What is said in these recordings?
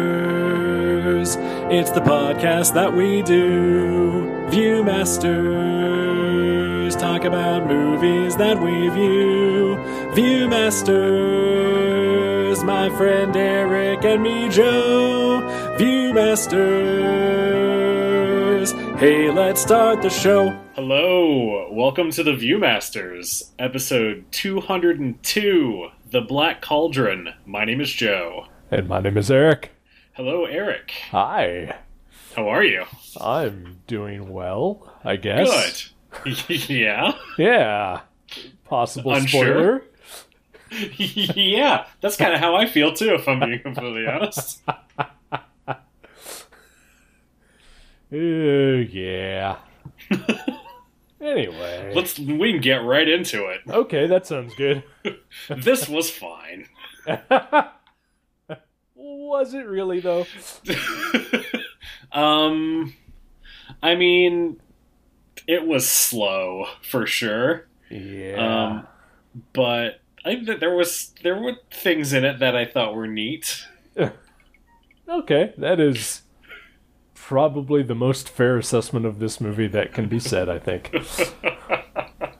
Viewmasters. It's the podcast that we do. Viewmasters. Talk about movies that we view. Viewmasters. My friend Eric and me, Joe. Viewmasters. Hey, let's start the show. Hello. Welcome to the Viewmasters, episode 202 The Black Cauldron. My name is Joe. And my name is Eric. Hello, Eric. Hi. How are you? I'm doing well, I guess. Good. yeah. Yeah. Possible Unsure? spoiler. yeah. That's kind of how I feel too, if I'm being completely honest. Ooh, yeah. anyway. Let's we can get right into it. Okay, that sounds good. This was fine. Was it really though? um, I mean, it was slow for sure, Yeah. Um, but I th- there was there were things in it that I thought were neat. okay, that is probably the most fair assessment of this movie that can be said, I think.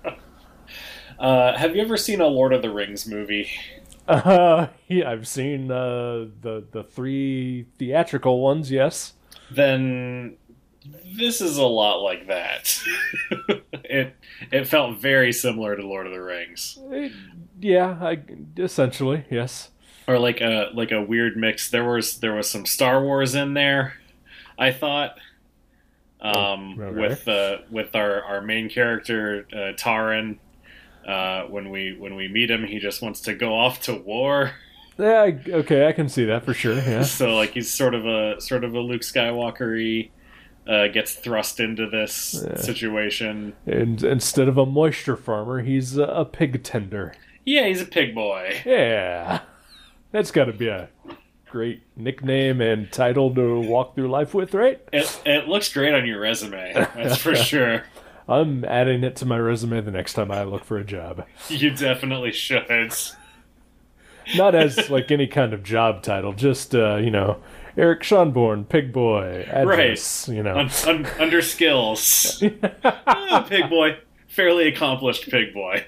Uh, have you ever seen a Lord of the Rings movie? Uh, yeah, I've seen uh, the the three theatrical ones, yes. then this is a lot like that. it it felt very similar to Lord of the Rings, Eh, yeah, I, essentially, yes. or like a like a weird mix. There was there was some Star Wars in there. I thought, um, Oh, okay. with uh, with our our main character uh, Taran. Uh, when we when we meet him, he just wants to go off to war. Yeah, I- okay, I can see that for sure. Yeah. So like he's sort of a sort of a Luke Skywalkery, uh, gets thrust into this Yeah. situation. And instead of a moisture farmer, he's a, a pig tender. Yeah, he's a pig boy. Yeah. That's got to be a great nickname and title to walk through life with, right? It, it looks great on your resume, that's for sure. I'm adding it to my resume the next time I look for a job. You definitely should. Not as like any kind of job title, just uh, you know, Eric Schonborn, pig boy, address, you know. Un, un, under skills. Ah, pig boy. Fairly accomplished pig boy.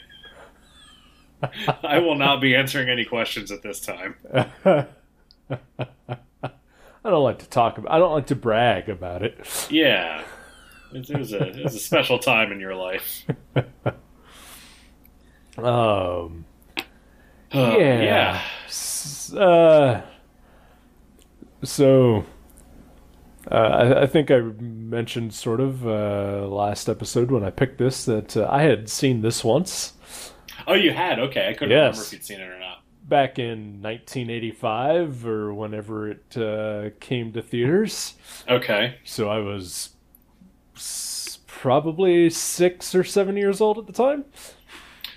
I will not be answering any questions at this time. I don't like to talk about I don't like to brag about it. Yeah. It it was a, it was a special time in your life. Um Uh, yeah. yeah. S- Uh, so, uh, I, I think I mentioned sort of uh, last episode when I picked this that uh, I had seen this once Oh, you had? Okay. I couldn't remember Yes. if you'd seen it or not. back in 1985 or whenever it uh, came to theaters. Okay. So I was s- probably six or seven years old at the time.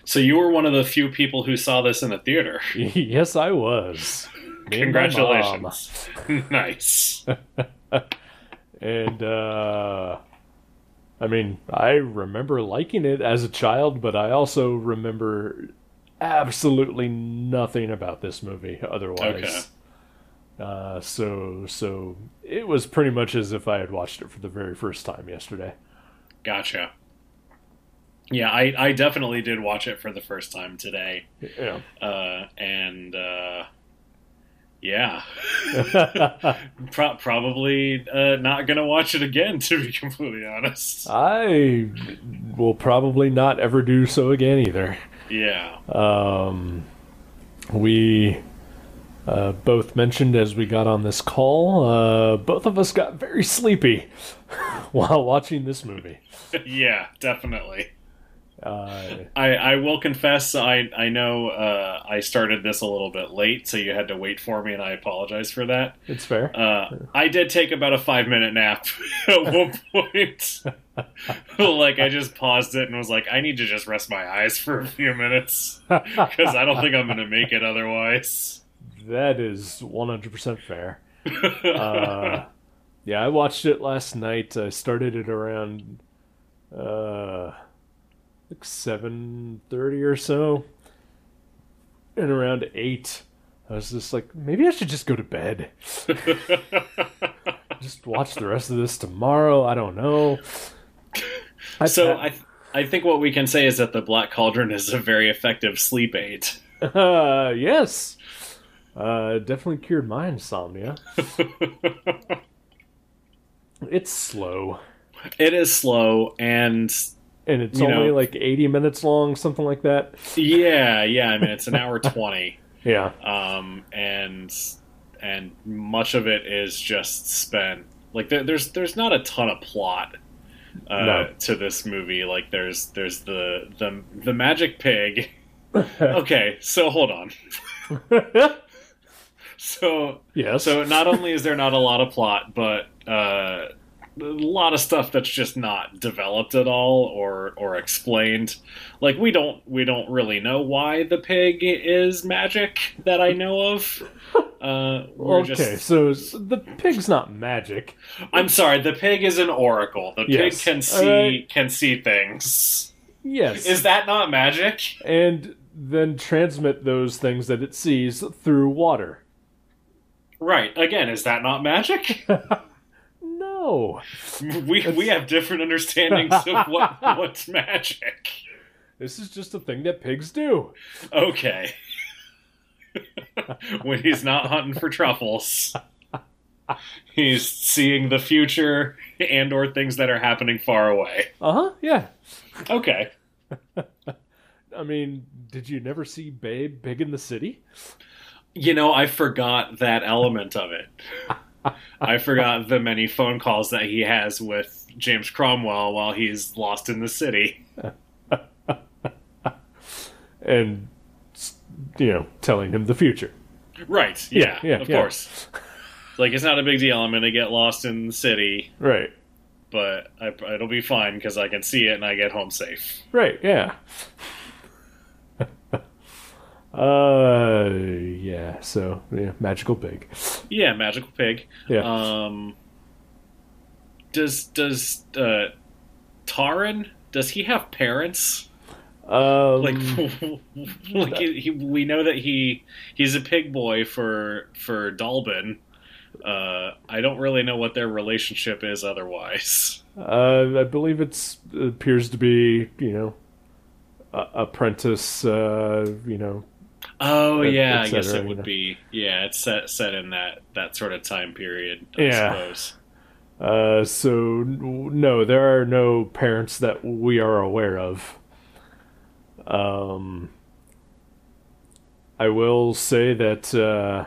So you were one of the few people who saw this in the theater. yes, I was. Me and my mom. Congratulations. nice. and uh i mean i remember liking it as a child but i also remember absolutely nothing about this movie otherwise uh so so it was pretty much as if i had watched it for the very first time yesterday Gotcha. Yeah, I, I definitely did watch it for the first time today. yeah Uh, and uh, yeah, Pro- probably uh, not going to watch it again, to be completely honest. Uh, i will probably not ever do so again either Yeah. um, we uh, both mentioned as we got on this call, uh, both of us got very sleepy while watching this movie. yeah, definitely. Uh, I, I will confess, I, I know uh, I started this a little bit late, so you had to wait for me, and I apologize for that. it's fair. Uh, I did take about a five minute nap at one point. like I just paused it and was like, I need to just rest my eyes for a few minutes because I don't think I'm going to make it otherwise. That is 100% fair. Uh, yeah, I watched it last night. I started it around uh, like 7.30 or so. And around 8, I was just like, maybe I should just go to bed. just watch the rest of this tomorrow. I don't know. I so pa- I, th- I think what we can say is that the Black Cauldron is a very effective sleep aid. Uh, yes. Uh, definitely cured my insomnia. it's slow, It is slow, and and it's You only know- like 80 minutes long, something like that. yeah, yeah. I mean, it's an hour twenty, Yeah. um, and and much of it is just spent like there, there's there's not a ton of plot. Uh, No. to this movie like there's there's the the the magic pig okay so hold on so yes. So not only is there not a lot of plot, but uh, a lot of stuff that's just not developed at all or or explained. Like we don't we don't really know why the pig is magic that I know of. Uh, we're okay, just, so s- the pig's not magic. I'm sorry. The pig is an oracle. The Yes. pig can see Alright. can see things. Yes. Is that not magic? and then transmit those things that it sees through water. Right. Again, is that not magic? No. we we have different understandings of what what's magic. This is just a thing that pigs do. Okay. when he's not hunting for truffles, he's seeing the future and or things that are happening far away. Uh-huh. Yeah. Okay. I mean, did you never see Babe Big in the City? You know, I forgot that element of it. I forgot the many phone calls that he has with James Cromwell while he's lost in the city. And s- you know, telling him the future. Right. Yeah, Yeah. yeah, of yeah. course. Like it's not a big deal. I'm going to get lost in the city, Right. but I, it'll be fine because I can see it and I get home safe. Right, yeah. uh yeah, so yeah, magical pig. Yeah, magical pig. Yeah. Um, does does uh, Taran? Does he have parents? um, Like, Mm. like he, he, we know that he he's a pig boy for for Dalbin. Uh, I don't really know what their relationship is otherwise. Uh, I believe it's appears to be you know a- apprentice. Uh, you know, Oh Et- et yeah, I guess cetera, it you would know. be. Yeah, it's set set in that that sort of time period. I Yeah. suppose. uh, so n- no, there are no parents that we are aware of. Um, I will say that uh,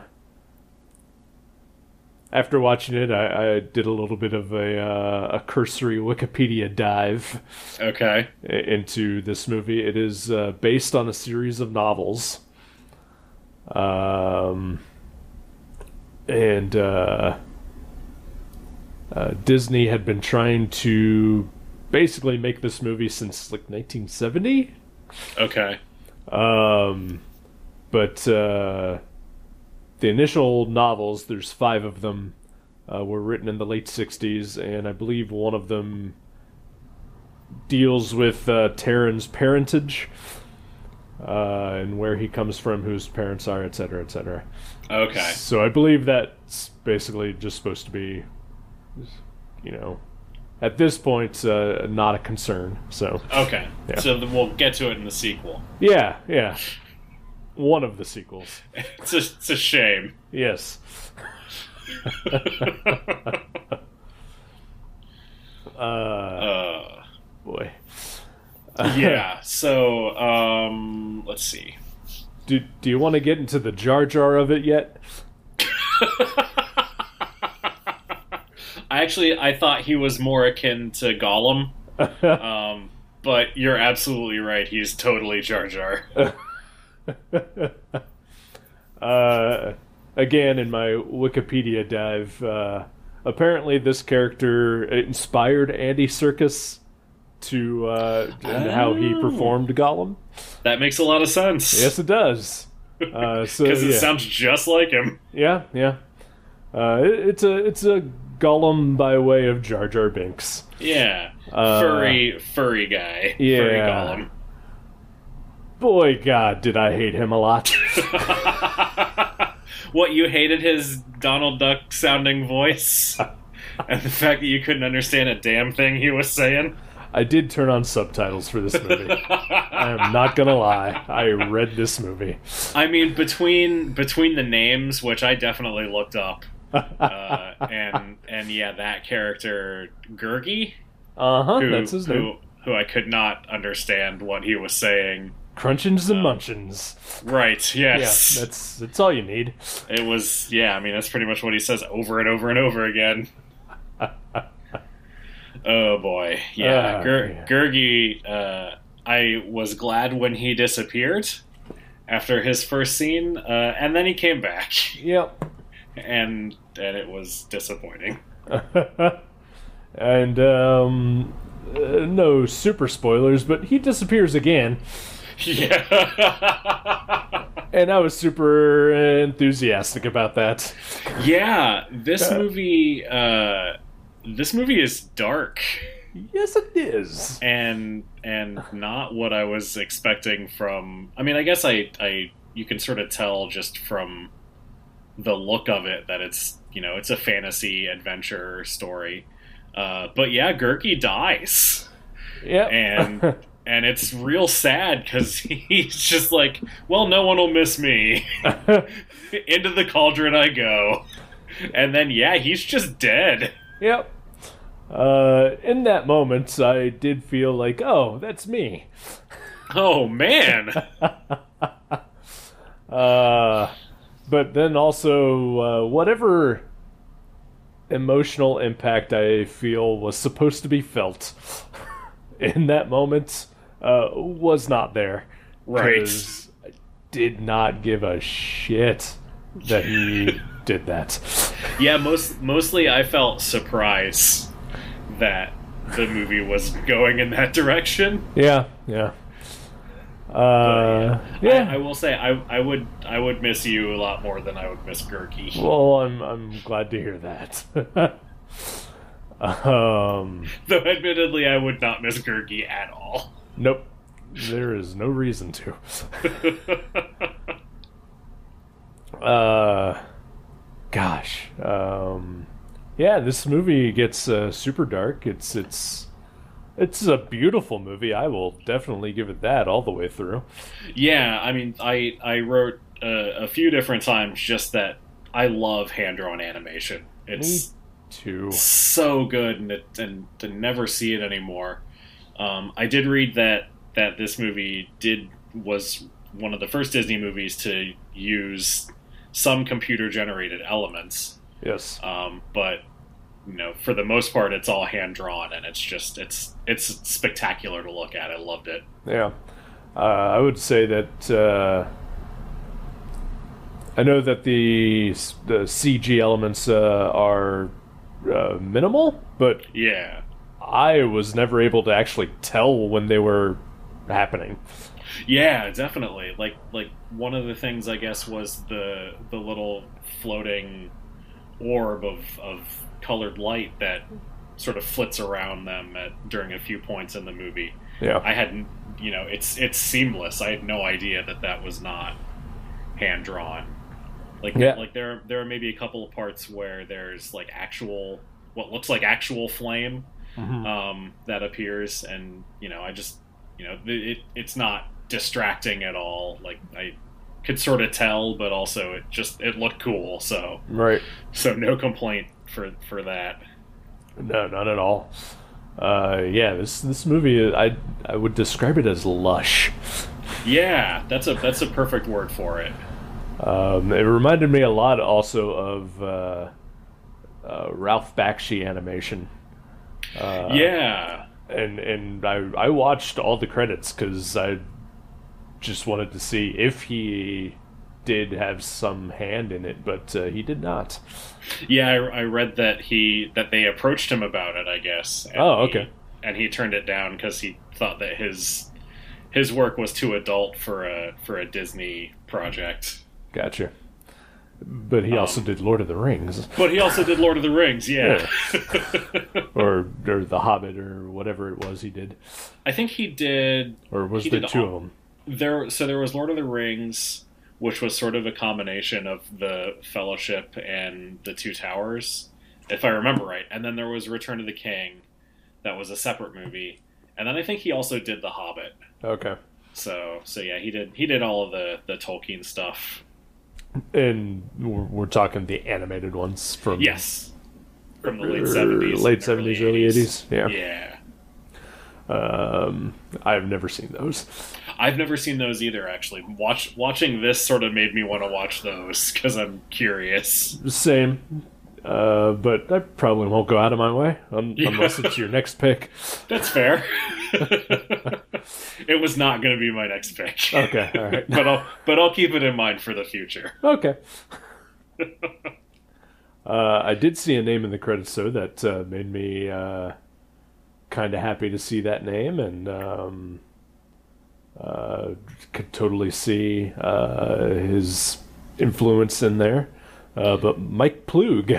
after watching it, I, I did a little bit of a uh, a cursory Wikipedia dive Okay. i- into this movie. It is uh, based on a series of novels. Um, and uh, uh, Disney had been trying to basically make this movie since like 1970. Okay. Um, but uh, the initial novels, there's five of them, uh, were written in the late 60s, and I believe one of them deals with uh, Taryn's parentage uh, and where he comes from, who his parents are, etc., etc. Okay. So I believe that's basically just supposed to be, you know, at this point, uh, not a concern. So. Okay. Yeah. So then we'll get to it in the sequel. Yeah, yeah. One of the sequels. It's a, it's a shame. Yes. Uh, Uh, boy. yeah. So, um, let's see. Do, do you want to get into the Jar Jar of it yet? I actually I thought he was more akin to Gollum, um, but you're absolutely right. He's totally Jar Jar. Uh, again, in my Wikipedia dive, uh, apparently this character inspired Andy Circus to uh, and how he Oh. performed Gollum. That makes a lot of sense. Yes, it does. Uh, so because it yeah. sounds just like him. Yeah, yeah. Uh, it, it's a it's a Gollum by way of Jar Jar Binks. Yeah, Uh, furry, furry guy. furry yeah. Gollum. Boy, God, did I hate him a lot. What you hated his Donald Duck sounding voice, and the fact that you couldn't understand a damn thing he was saying. I did turn on subtitles for this movie. I am not gonna lie. I read this movie. I mean, between between the names, which I definitely looked up, Uh-huh, uh, and and yeah, that character Gurgi, Uh huh. who, That's his who- name. who I could not understand what he was saying. Crunchins and Um, Munchins. Right? Yes. Yeah, that's that's all you need. It was, yeah, I mean, that's pretty much what he says over and over and over again. oh, boy. Yeah. Ah, Gur- yeah. Gurgi, uh, I was glad when he disappeared after his first scene, uh, and then he came back, Yep. and, and it was disappointing. and um, uh, no super spoilers, but he disappears again, Yeah. and I was super enthusiastic about that. yeah, this movie, uh, this movie is dark. Yes, it is. and and not what I was expecting from. I mean, I guess I I you can sort of tell just from the look of it that it's you know it's a fantasy adventure story, uh, but yeah, Gurky dies, Yep. and and it's real sad because he's just like, well, no one will miss me. Into the cauldron I go, and then yeah, he's just dead. yep. Uh, in that moment, I did feel like, oh, that's me. Oh man. Uh, but then also, uh, whatever emotional impact I feel was supposed to be felt in that moment uh, was not there. Right. 'Cause I did not give a shit that he did that. Yeah, most mostly I felt surprise that the movie was going in that direction. Yeah, yeah. Uh, yeah. I, I will say I, I would I would miss you a lot more than I would miss Gurky. well, I'm I'm glad to hear that. um. Though admittedly I would not miss Gurky at all. Nope. There is no reason to. Uh, gosh. Um, yeah, this movie gets uh, super dark. It's it's it's a beautiful movie. I will definitely give it that all the way through. yeah, I mean I I wrote uh, a few different times just that I love hand drawn animation. It's Two. so good and, it, and to never see it anymore. Um, I did read that that this movie did was one of the first Disney movies to use some computer generated elements, Yes. um, but you know for the most part it's all hand drawn and it's just it's it's spectacular to look at. I loved it. Yeah. Uh, I would say that. Uh, I know that the the CG elements uh, are uh, minimal, but Yeah, I was never able to actually tell when they were happening. yeah, definitely. Like like one of the things I guess was the the little floating orb of, of colored light that sort of flits around them at, during a few points in the movie. Yeah. I hadn't, you know, it's it's seamless. I had no idea that that was not hand drawn. Like Yeah. like there there are maybe a couple of parts where there's like actual what looks like actual flame Mhm. um, that appears, and you know, I just, you know, th- it it's not distracting at all. Like I could sort of tell, but also it just it looked cool. So Right. so no complaint for for that. No, not at all. Uh, yeah, this this movie, I I would describe it as lush. Yeah, that's a that's a perfect word for it. Um, it reminded me a lot also of uh, uh, Ralph Bakshi animation, Uh. yeah, and and I I watched all the credits because I just wanted to see if he did have some hand in it, but uh, he did not. yeah. I, I read that he that they approached him about it. I guess. and Oh, he- okay. and he turned it down because he thought that his his work was too adult for a for a Disney project. Gotcha. But he Um, also did Lord of the Rings. But he also did Lord of the Rings. yeah. or or the Hobbit or whatever it was he did, I think he did or was He there did two all- of them? there. So there was Lord of the Rings, which was sort of a combination of the Fellowship and the Two Towers, if I remember right. And then there was Return of the King, that was a separate movie. And then I think he also did The Hobbit. Okay. So so yeah, he did he did all of the the Tolkien stuff. And we're, we're talking the animated ones from Yes, from the er, late seventies, late 70s, early 80s. Yeah. Yeah, Um, I've never seen those. I've never seen those either. Actually, watch watching this sort of made me want to watch those because I'm curious. Same. Uh, but I probably won't go out of my way un- Yeah. unless it's your next pick. That's fair. it was not going to be my next pick. Okay, all right. but I'll but I'll keep it in mind for the future. Okay. uh, I did see a name in the credits, though, that uh, made me uh, kind of happy to see that name, and um, uh, could totally see uh, his influence in there. Uh, but Mike Plug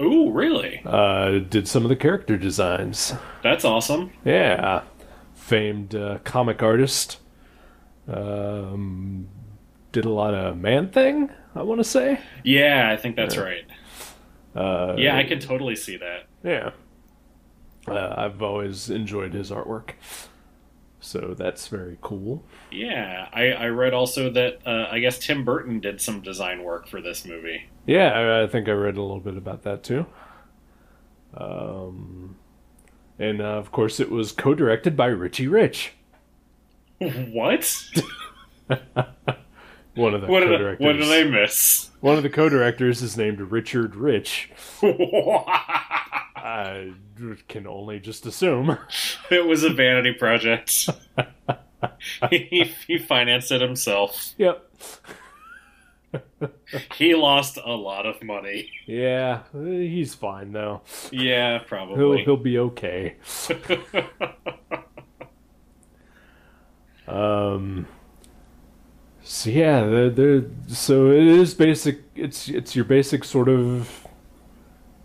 Ooh, really? uh, did some of the character designs. That's awesome. Yeah, famed uh, comic artist. Um, did a lot of Man Thing, I want to say. Yeah, I think that's right. Uh, Yeah, I can totally see that. Yeah. Uh, I've always enjoyed his artwork. So that's very cool. Yeah, I, I read also that uh, I guess Tim Burton did some design work for this movie. Yeah, I, I think I read a little bit about that too. Um, and uh, of course, it was co directed by Richie Rich. What? One of the What co did, I, what did I directors. miss? One of the co directors is named Richard Rich. I can only just assume. it was a vanity project. he, he financed it himself. yep. He lost a lot of money. Yeah, he's fine though. Yeah, He'll probably. he'll be okay. Um. So yeah, they're, they're so it is basic. It's it's your basic sort of,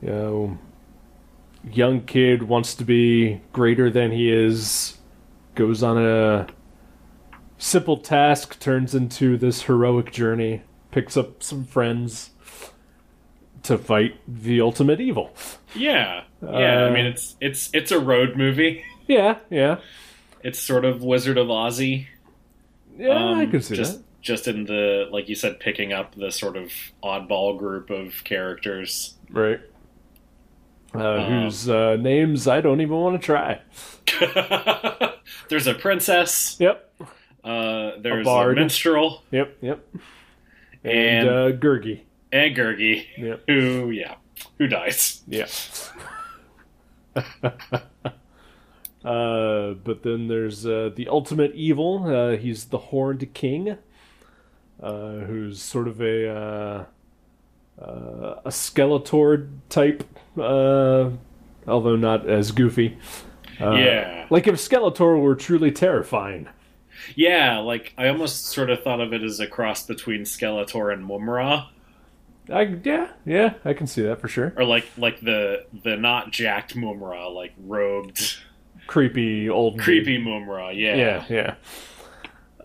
you know, young kid wants to be greater than he is, goes on a simple task, turns into this heroic journey, picks up some friends to fight the ultimate evil. yeah, yeah. I Uh, mean, it's it's it's a road movie. Yeah, yeah, It's sort of Wizard of Ozzy. yeah. I Um, can see just, that. Just in the like you said, picking up the sort of oddball group of characters. Right. Uh, Um, whose uh, names I don't even want to try. there's a princess. Yep. Uh, there's a, bard. minstrel Yep, yep. And- And, uh, Gurgi. and Gurgi, Yep, who yeah, who dies. yeah. uh, but then there's uh, the ultimate evil. Uh, he's the Horned King, uh, who's sort of a uh, uh, a Skeletor type, uh, although not as goofy. Uh, yeah, Like if Skeletor were truly terrifying. yeah. Like I almost sort of thought of it as a cross between Skeletor and Mumra, I, yeah, yeah, I can see that for sure. or like like the the not jacked Mumra, like robed, Creepy old dude. creepy Mumra. Yeah, Yeah,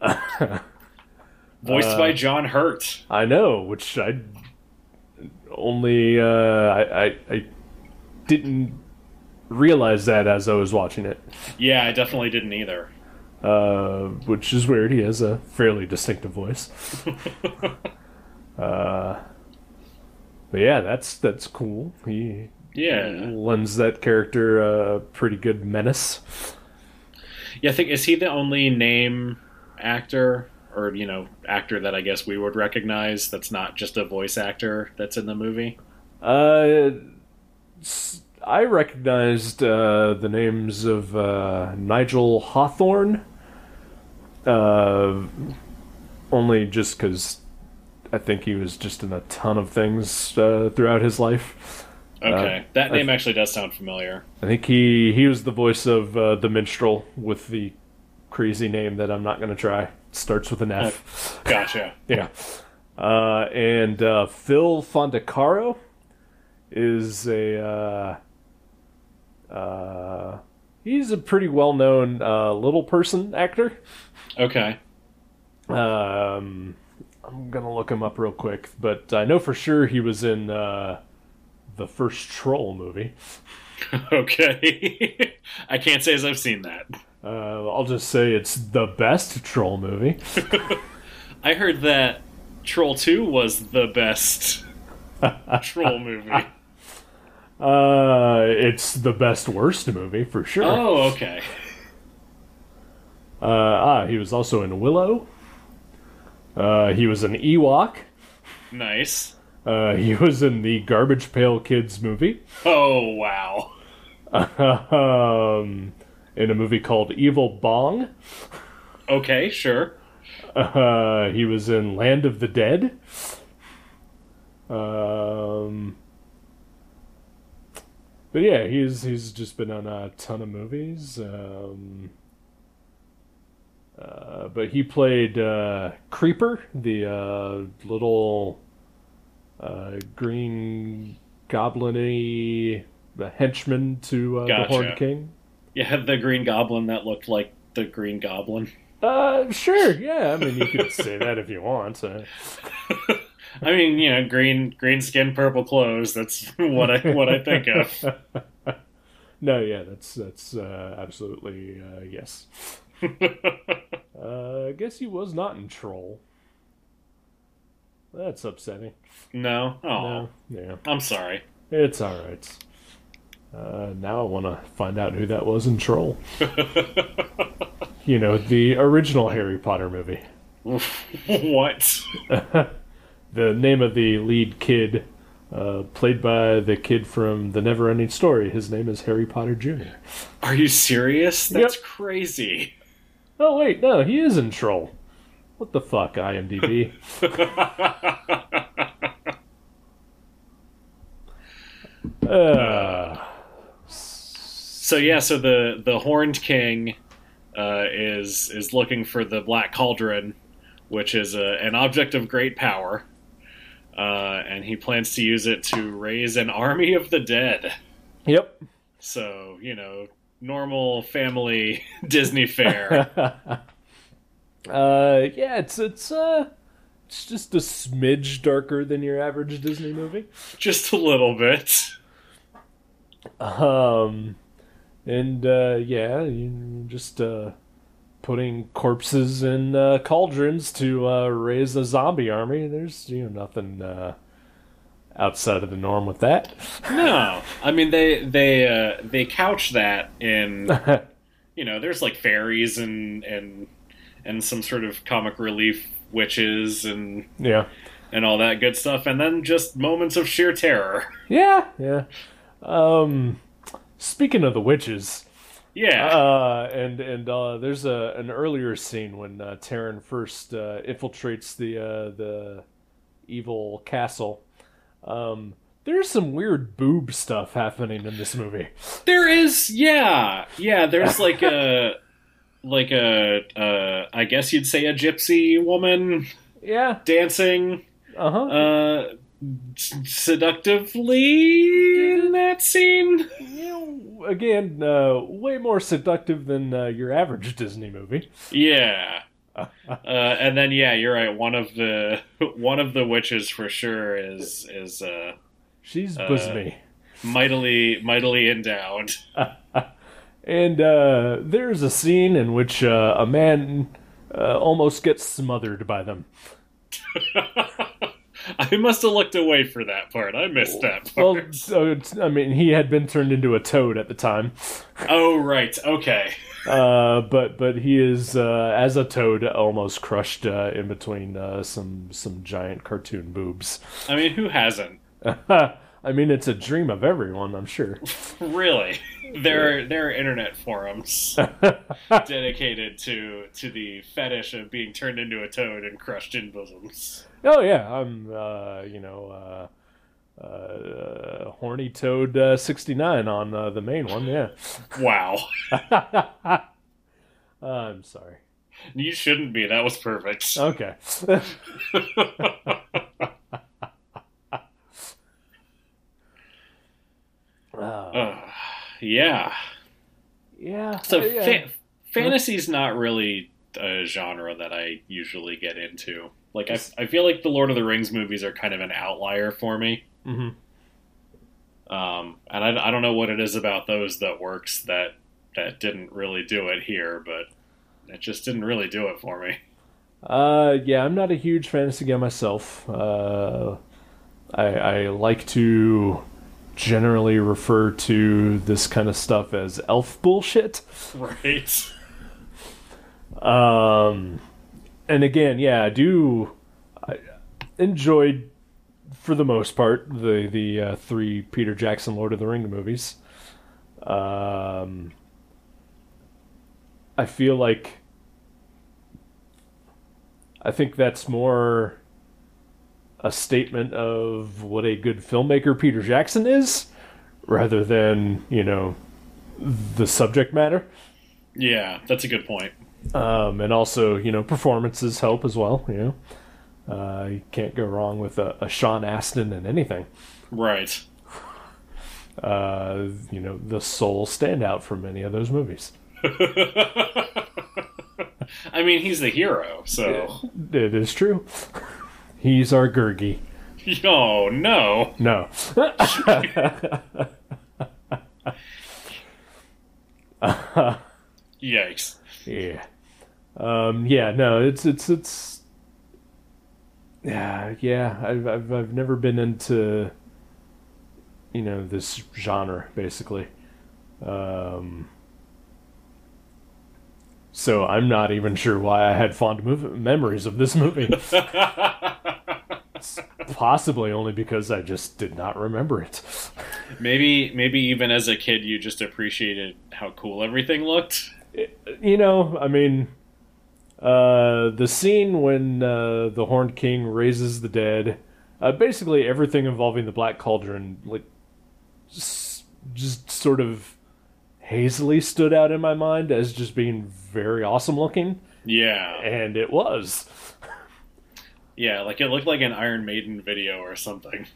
yeah. voiced Uh, by John Hurt. I know, which I only uh, I, I I didn't realize that as I was watching it, Yeah, I definitely didn't either. uh, which is weird. He has a fairly distinctive voice. uh, but yeah, that's that's cool. He Yeah. lends that character a pretty good menace. Yeah, I think is he the only name actor or you know actor that I guess we would recognize that's not just a voice actor that's in the movie? Uh, s- I recognized uh, the names of uh, Nigel Hawthorne, uh, only just because I think he was just in a ton of things uh, throughout his life. Okay, that name actually does sound familiar. I think he he was the voice of uh, the minstrel with the crazy name that I'm not going to try. Starts with an F. Gotcha. Yeah. Uh, and uh, Phil Fondacaro is a. Uh, uh, he's a pretty well known uh, little person actor. Okay. Um, I'm gonna look him up real quick, but I know for sure he was in uh, the first Troll movie. okay. I can't say as I've seen that. Uh, I'll just say it's the best Troll movie. I heard that Troll 2 was the best Troll movie. Uh, it's the best worst movie for sure. Oh, okay. Uh, ah, he was also in Willow. Uh, he was an Ewok. Nice. Uh, he was in the Garbage Pail Kids movie. Oh, wow. um, in a movie called Evil Bong. Okay, sure. Uh, he was in Land of the Dead. Um, but yeah, he's he's just been on a ton of movies. Um, uh, but he played uh, Creeper, the uh, little uh, green goblin-y the henchman to uh, Gotcha. the Horned King. You had the Green Goblin that looked like the Green Goblin. Uh, sure, yeah. I mean, you could say that if you want. Uh, I mean, you know, green green skin, purple clothes. That's what I what I think of. no, yeah, that's that's uh, absolutely uh, yes. uh, I guess he was not in Troll. That's upsetting. No, oh, No, yeah, I'm sorry. it's all right. Uh, now I want to find out who that was in Troll. you know, the original Harry Potter movie. what? The name of the lead kid, uh, played by the kid from The Neverending Story. His name is Harry Potter Jr. Are you serious? That's crazy. Oh wait, no, he is in Troll. What the fuck, IMDb? uh, So yeah, so the the Horned King uh, is is looking for the Black Cauldron, which is a, an object of great power, uh, and he plans to use it to raise an army of the dead. yep. So you know, normal family Disney fare. Uh, yeah, it's it's uh, it's just a smidge darker than your average Disney movie. just a little bit. Um, and uh, yeah, you just uh, putting corpses in uh, cauldrons to uh, raise a zombie army. There's you know nothing uh, outside of the norm with that. No, I mean they they uh, they couch that in you know there's like fairies and and and some sort of comic relief witches and yeah, and all that good stuff, and then just moments of sheer terror. yeah, yeah. Um, speaking of the witches. Yeah, Uh, and and uh, there's a an earlier scene when uh, Taryn first uh, infiltrates the uh, the evil castle. Um, there's some weird boob stuff happening in this movie. there is yeah yeah there's like a like a uh, I guess you'd say a gypsy woman Yeah. dancing Uh huh. uh s- seductively in that scene. Again, uh, way more seductive than uh, your average Disney movie. Yeah. Uh, and then yeah, you're right. One of the one of the witches for sure is is uh, She's Uh. busy. mightily mightily endowed. And uh, there's a scene in which uh, a man uh, almost gets smothered by them. I must have looked away for that part. I missed that part. Well, so it's, I mean, he had been turned into a toad at the time, oh right, okay. uh, but but he is uh, as a toad almost crushed uh, in between uh, some some giant cartoon boobs. I mean, who hasn't I mean, it's a dream of everyone, I'm sure. really? There are there are internet forums dedicated to to the fetish of being turned into a toad and crushed in bosoms. Oh yeah, I'm uh, you know uh, uh, horny toad uh, 69 on uh, the main one. Yeah, Wow, I'm sorry. you shouldn't be. That was perfect. Okay. Uh, Uh, yeah. yeah. So uh, yeah. fa- fantasy's not really a genre that I usually get into. Like I, I feel like the Lord of the Rings movies are kind of an outlier for me. hmm Um, and I, I don't know what it is about those that works that that didn't really do it here, but it just didn't really do it for me. Uh, yeah, I'm not a huge fantasy guy myself. Uh, I, I like to generally refer to this kind of stuff as elf bullshit. Right. Um, and again, yeah, I do I enjoyed for the most part the the uh, three Peter Jackson Lord of the Ring movies. Um, I feel like I think that's more a statement of what a good filmmaker Peter Jackson is, rather than you know the subject matter. Yeah, that's a good point. Um, and also, you know, performances help as well. You know, uh, you can't go wrong with a, a Sean Astin in anything. Right. Uh, you know, the sole standout from many of those movies. I mean, he's the hero, so. It is true. He's our Gurgi. Oh, no. No. Yikes. Yeah. Um, yeah, no, it's it's it's yeah, yeah. I've I've I've never been into you know, this genre basically. Um so I'm not even sure why I had fond mov- memories of this movie. It's possibly only because I just did not remember it. Maybe, maybe even as a kid, you just appreciated how cool everything looked. you know, I mean, uh, the scene when uh, the Horned King raises the dead, uh, basically everything involving the Black Cauldron, like, just, just sort of hazily stood out in my mind as just being very awesome looking, Yeah. and it was. Yeah, like it looked like an Iron Maiden video or something.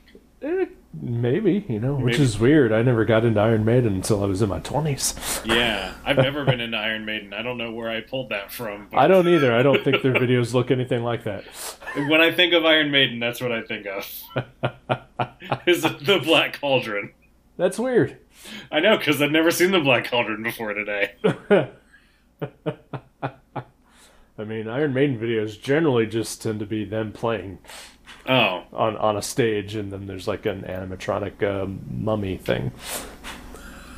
Eh, Maybe, you know, which Maybe. is weird. I never got into Iron Maiden until I was in my 20s. Yeah, I've never been into Iron Maiden. I don't know where I pulled that from. But I don't either. I don't think their videos look anything like that. When I think of Iron Maiden, that's what I think of. Is the Black Cauldron? That's weird. I know because I've never seen the Black Cauldron before today. I mean, Iron Maiden videos generally just tend to be them playing Oh, on, on a stage, and then there's like an animatronic uh, mummy thing.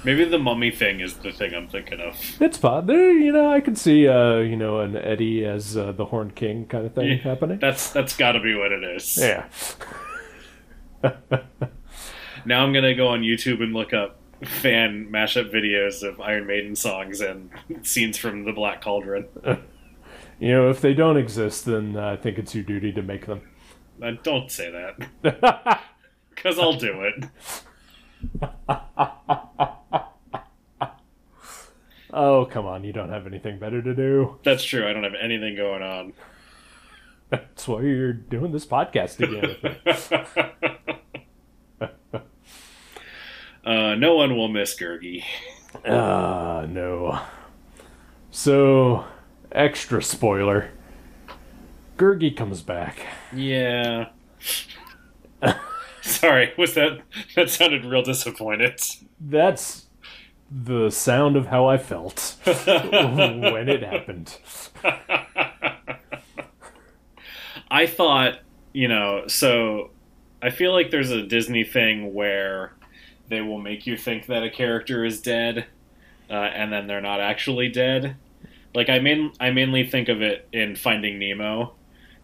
maybe the mummy thing is the thing I'm thinking of. It's pop. There, you know, I can see, uh, you know, an Eddie as uh, the Horned King kind of thing Yeah, happening. That's that's got to be what it is. Yeah. Now I'm gonna go on YouTube and look up fan mashup videos of Iron Maiden songs and scenes from the Black Cauldron. You know, if they don't exist, then uh, I think it's your duty to make them. Uh, don't say that. Because I'll do it. Oh, come on. You don't have anything better to do. That's true. I don't have anything going on. That's why you're doing this podcast again. Uh, no one will miss Gurgi. Ah, no. So, extra spoiler. Gurgi comes back. Yeah. Sorry, was that that sounded real disappointed. That's the sound of how I felt when it happened. I thought, you know, so I feel like there's a Disney thing where they will make you think that a character is dead, uh, and then they're not actually dead. Like I main I mainly think of it in Finding Nemo,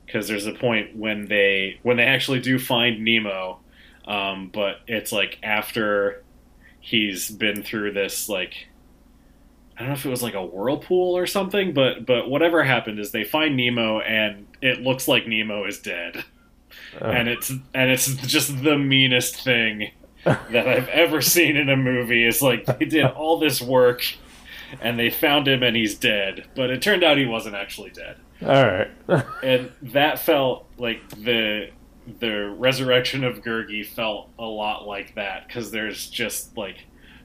because there's a point when they when they actually do find Nemo, um, but it's like after he's been through this like I don't know if it was like a whirlpool or something, but but whatever happened is they find Nemo and it looks like Nemo is dead. Uh, Oh. And it's and it's just the meanest thing that I've ever seen in a movie. It's like they did all this work and they found him and he's dead, but it turned out he wasn't actually dead. All right. And that felt like the the resurrection of Gurgi felt a lot like that because there's just like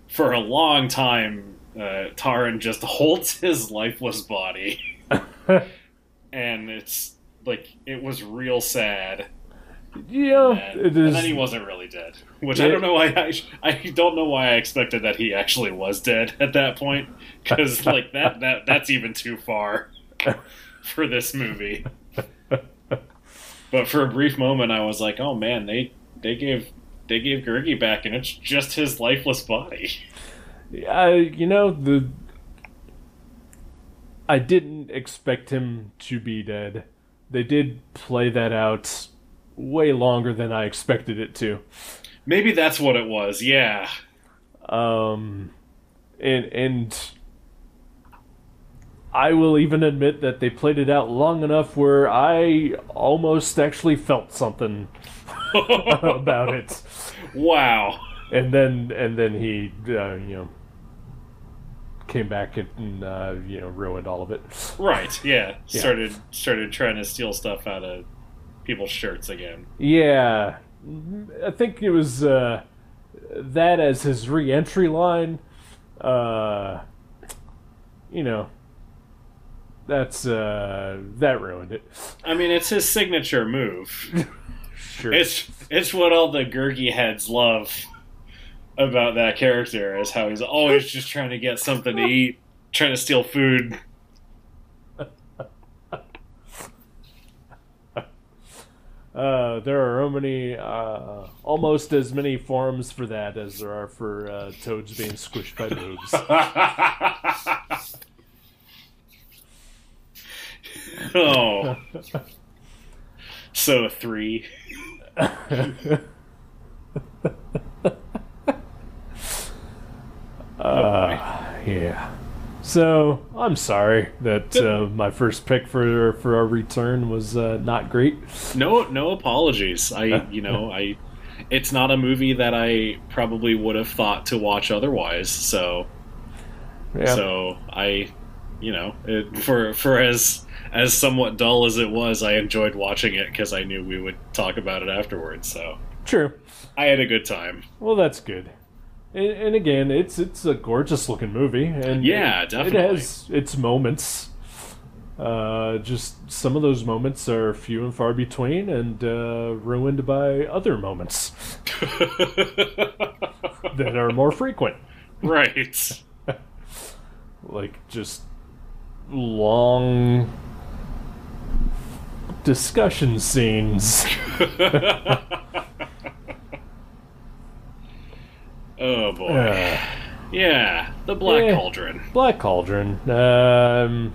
for a long time uh, Taran just holds his lifeless body, and it's like it was real sad. Yeah, And, it and is. then he wasn't really dead, which I It- don't know why. I, I don't know why I expected that he actually was dead at that point, because like that that that's even too far for this movie. But for a brief moment, I was like, "Oh man, they they gave they gave Gergi back, and it's just his lifeless body." I, you know, the I didn't expect him to be dead. They did play that out way longer than I expected it to. Maybe that's what it was. Yeah, Um, and and I will even admit that they played it out long enough where I almost actually felt something about it. wow. And then and then he uh, you know came back and uh, you know ruined all of it. Right. Yeah. Yeah. Started started trying to steal stuff out of people's shirts again. Yeah, I think it was uh, that as his re-entry line. Uh, you know, that's uh, that ruined it. I mean, it's his signature move. Sure. It's it's what all the Gurgi heads love about that character is how he's always just trying to get something to eat, trying to steal food. Uh, there are so many, uh, almost as many forms for that as there are for uh, toads being squished by boobs. oh, so three. Uh, yeah. So I'm sorry that uh, my first pick for for our return was uh, not great. No, no apologies. I, you know, I. It's not a movie that I probably would have thought to watch otherwise. So, Yeah. so I, you know, it, for for as as somewhat dull as it was, I enjoyed watching it because I knew we would talk about it afterwards. So True. I had a good time. Well, that's good. And, and again, it's it's a gorgeous looking movie, and Yeah, it, definitely. it has its moments. Uh, just some of those moments are few and far between, and uh, ruined by other moments that are more frequent, right. like just long discussion scenes. Oh boy. Uh, Yeah, the Black Yeah. Cauldron. Black Cauldron. Um,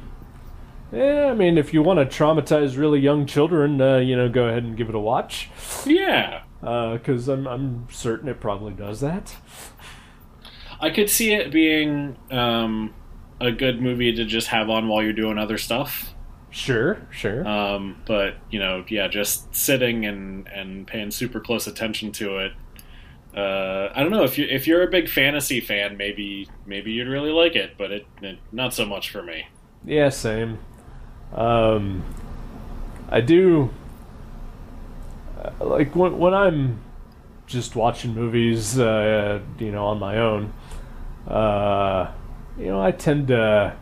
yeah, I mean, if you want to traumatize really young children, uh, you know, go ahead and give it a watch, Yeah. because I'm I'm certain it probably does that. I could see it being um, a good movie to just have on while you're doing other stuff. Sure, sure. Um, but you know, yeah, just sitting and and paying super close attention to it. Uh, I don't know if you if you're a big fantasy fan, maybe maybe you'd really like it, but it, it not so much for me. yeah, same. Um, I do. uh, Like when when I'm just watching movies, uh, you know, on my own, uh, you know, I tend to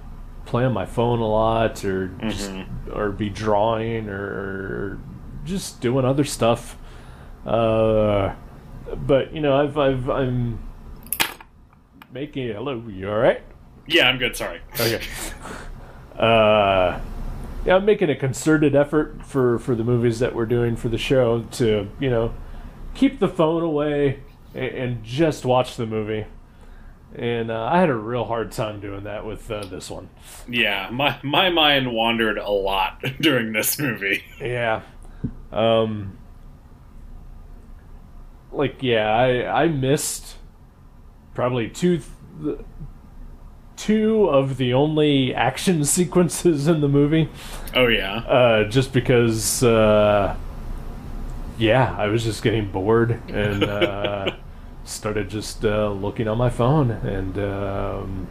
play on my phone a lot, or just or be drawing or just doing other stuff. Uh, but you know, I've I've I'm making. Hello, you all right? Yeah, I'm good. Sorry. Okay. Uh, yeah, I'm making a concerted effort for for the movies that we're doing for the show to you know keep the phone away and, and just watch the movie. And uh, I had a real hard time doing that with uh, this one. Yeah, my my mind wandered a lot during this movie. Yeah. Um. Like yeah, I I missed probably two. Th- two of the only action sequences in the movie Oh yeah. uh, just because uh, yeah i was just getting bored and uh, started just uh, looking on my phone and um,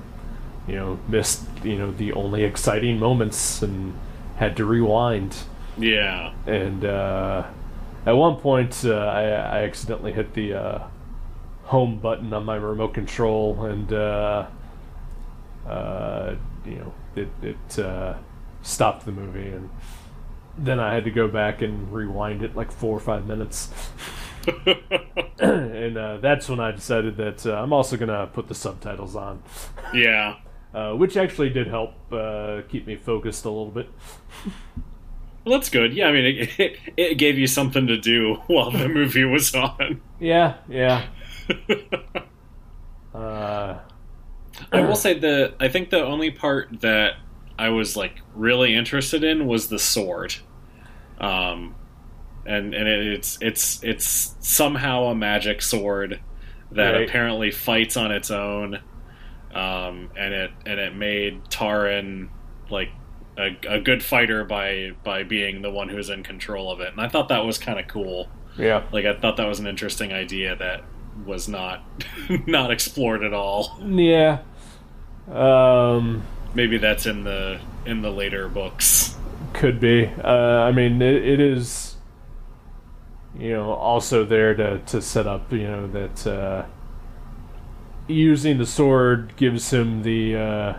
you know missed you know the only exciting moments and had to rewind Yeah. and uh, at one point uh, I, I accidentally hit the uh, home button on my remote control and uh, uh, you know it, it uh, stopped the movie and then I had to go back and rewind it like four or five minutes. and uh, that's when I decided that uh, I'm also going to put the subtitles on, yeah. uh, which actually did help uh, keep me focused a little bit. Well, that's good. Yeah, I mean, it, it, it gave you something to do while the movie was on. Yeah, yeah. Uh, I will say the I think the only part that I was like really interested in was the sword, um, and and it, it's it's it's somehow a magic sword that Right. apparently fights on its own, um, and it and it made Taran like a, a good fighter by by being the one who's in control of it, and I thought that was kind of cool. yeah. Like I thought that was an interesting idea that was not not explored at all. Yeah. Um, maybe that's in the in the later books. could be. Uh, I mean, it, it is. You know, also there to to set up. You know that uh, using the sword gives him the. Uh,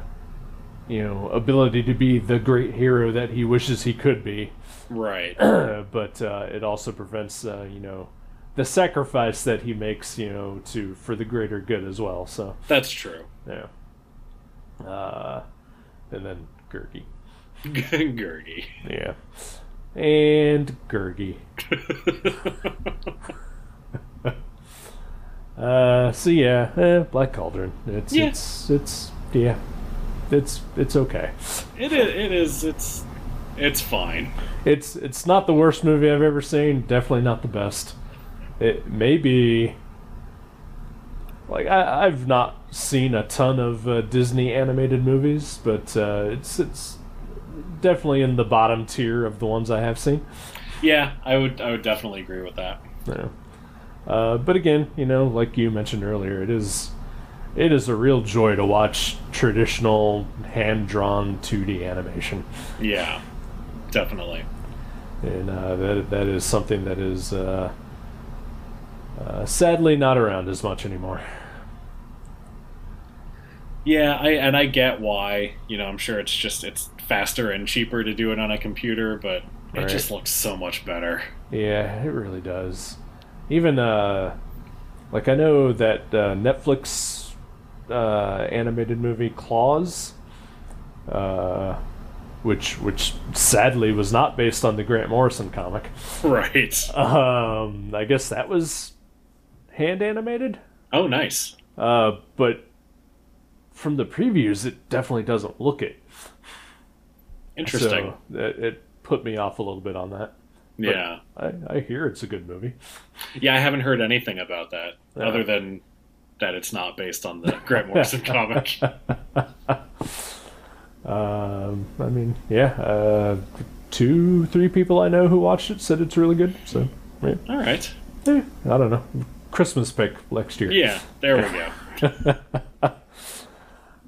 you know, ability to be the great hero that he wishes he could be, Right. but uh, it also prevents, uh, you know, the sacrifice that he makes, you know, to for the greater good as well. So, That's true. yeah. Uh, and then Gurgi. Gurgi. Yeah. And Gurgi. Uh, so yeah, eh, Black Cauldron. It's Yeah. it's it's yeah, it's it's okay. it is it is it's it's fine. It's it's not the worst movie I've ever seen. Definitely not the best. It may be. Like I, I've not seen a ton of uh, Disney animated movies, but uh, it's it's definitely in the bottom tier of the ones I have seen. Yeah, I would I would definitely agree with that. No. Uh, but again, you know, like you mentioned earlier, it is it is a real joy to watch traditional hand drawn 2D animation, Yeah. Definitely. and uh, that that is something that is uh, uh, sadly not around as much anymore. Yeah, I and I get why. You know, I'm sure it's just it's faster and cheaper to do it on a computer, but it Right. just looks so much better. Yeah, it really does. Even uh, like I know that uh, Netflix uh, animated movie Claws, uh, which which sadly was not based on the Grant Morrison comic. Right. Um, I guess that was hand animated, Oh, nice. uh, but from the previews, it definitely doesn't look it. Interesting. So it, it put me off a little bit on that. yeah. I, I hear it's a good movie. Yeah, I haven't heard anything about that Yeah. other than that it's not based on the Grant Morrison comic. Um, I mean, yeah, uh, two, three people I know who watched it said it's really good. So, yeah, All right. Eh, I don't know. Christmas pick next year. Yeah, there we go.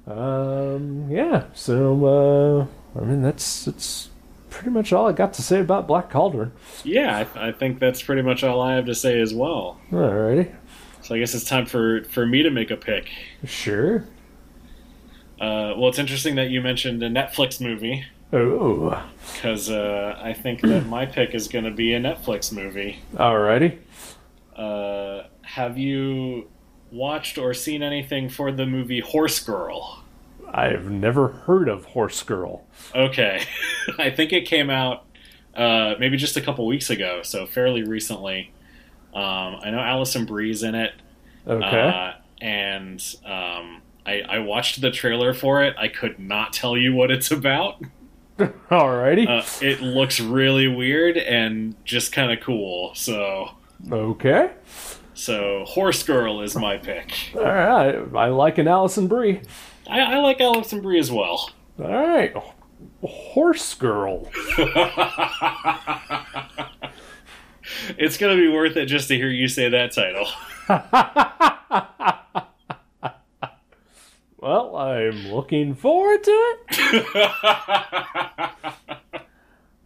Um, yeah. So, uh, I mean, that's that's pretty much all I got to say about Black Cauldron. Yeah, I, th- I think that's pretty much all I have to say as well. Alrighty. So I guess it's time for, for me to make a pick. Sure. Uh, well, it's interesting that you mentioned a Netflix movie Oh. because uh, I think that my pick is going to be a Netflix movie. Alrighty. Uh, have you watched or seen anything for the movie Horse Girl? I've never heard of Horse Girl. Okay. I think it came out uh, maybe just a couple weeks ago, so fairly recently. Um, I know Allison Bree's in it. Okay. Uh, and um, I, I watched the trailer for it. I could not tell you what it's about. Alrighty. Uh, it looks really weird and just kind of cool. So, okay. so Horse Girl is my pick. All right. I like an Allison Brie. I, I like Allison Brie as well. All right. Horse Girl. It's gonna be worth it just to hear you say that title. Well, I'm looking forward to it.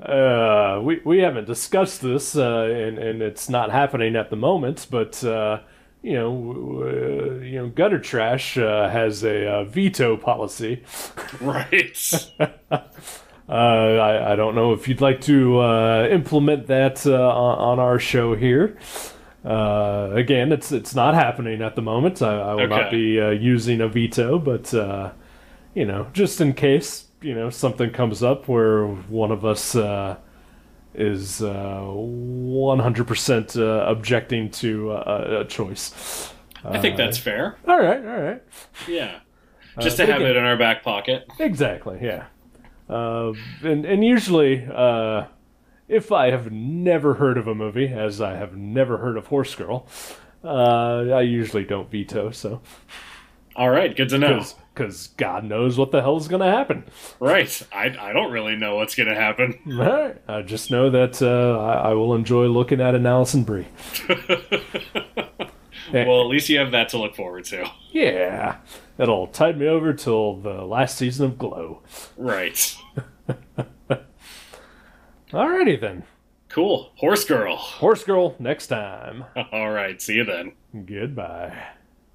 Uh, we we haven't discussed this, uh, and and it's not happening at the moment. But uh, you know, w- w- uh, you know, gutter trash uh, has a uh, veto policy. right. Uh, I, I don't know if you'd like to uh, implement that uh, on, on our show here. Uh, again, it's it's not happening at the moment. I, I will not Okay. be uh, using a veto, but uh, you know, just in case you know something comes up where one of us uh, is uh, one hundred percent uh, objecting to uh, a choice. I think that's fair. All right, all right. Yeah. Just but to have again- it in our back pocket. Exactly, yeah. Uh, and and usually, uh, if I have never heard of a movie, as I have never heard of Horse Girl, uh, I usually don't veto. So, All right, good to know. because God knows what the hell's going to happen. Right. I, I don't really know what's going to happen. All right, I just know that uh, I, I will enjoy looking at an Allison Brie. Well, at least you have that to look forward to. Yeah, it'll tide me over till the last season of Glow. Right. Alrighty then, Cool. Horse girl. Horse Girl next time. All right. See you then. Goodbye.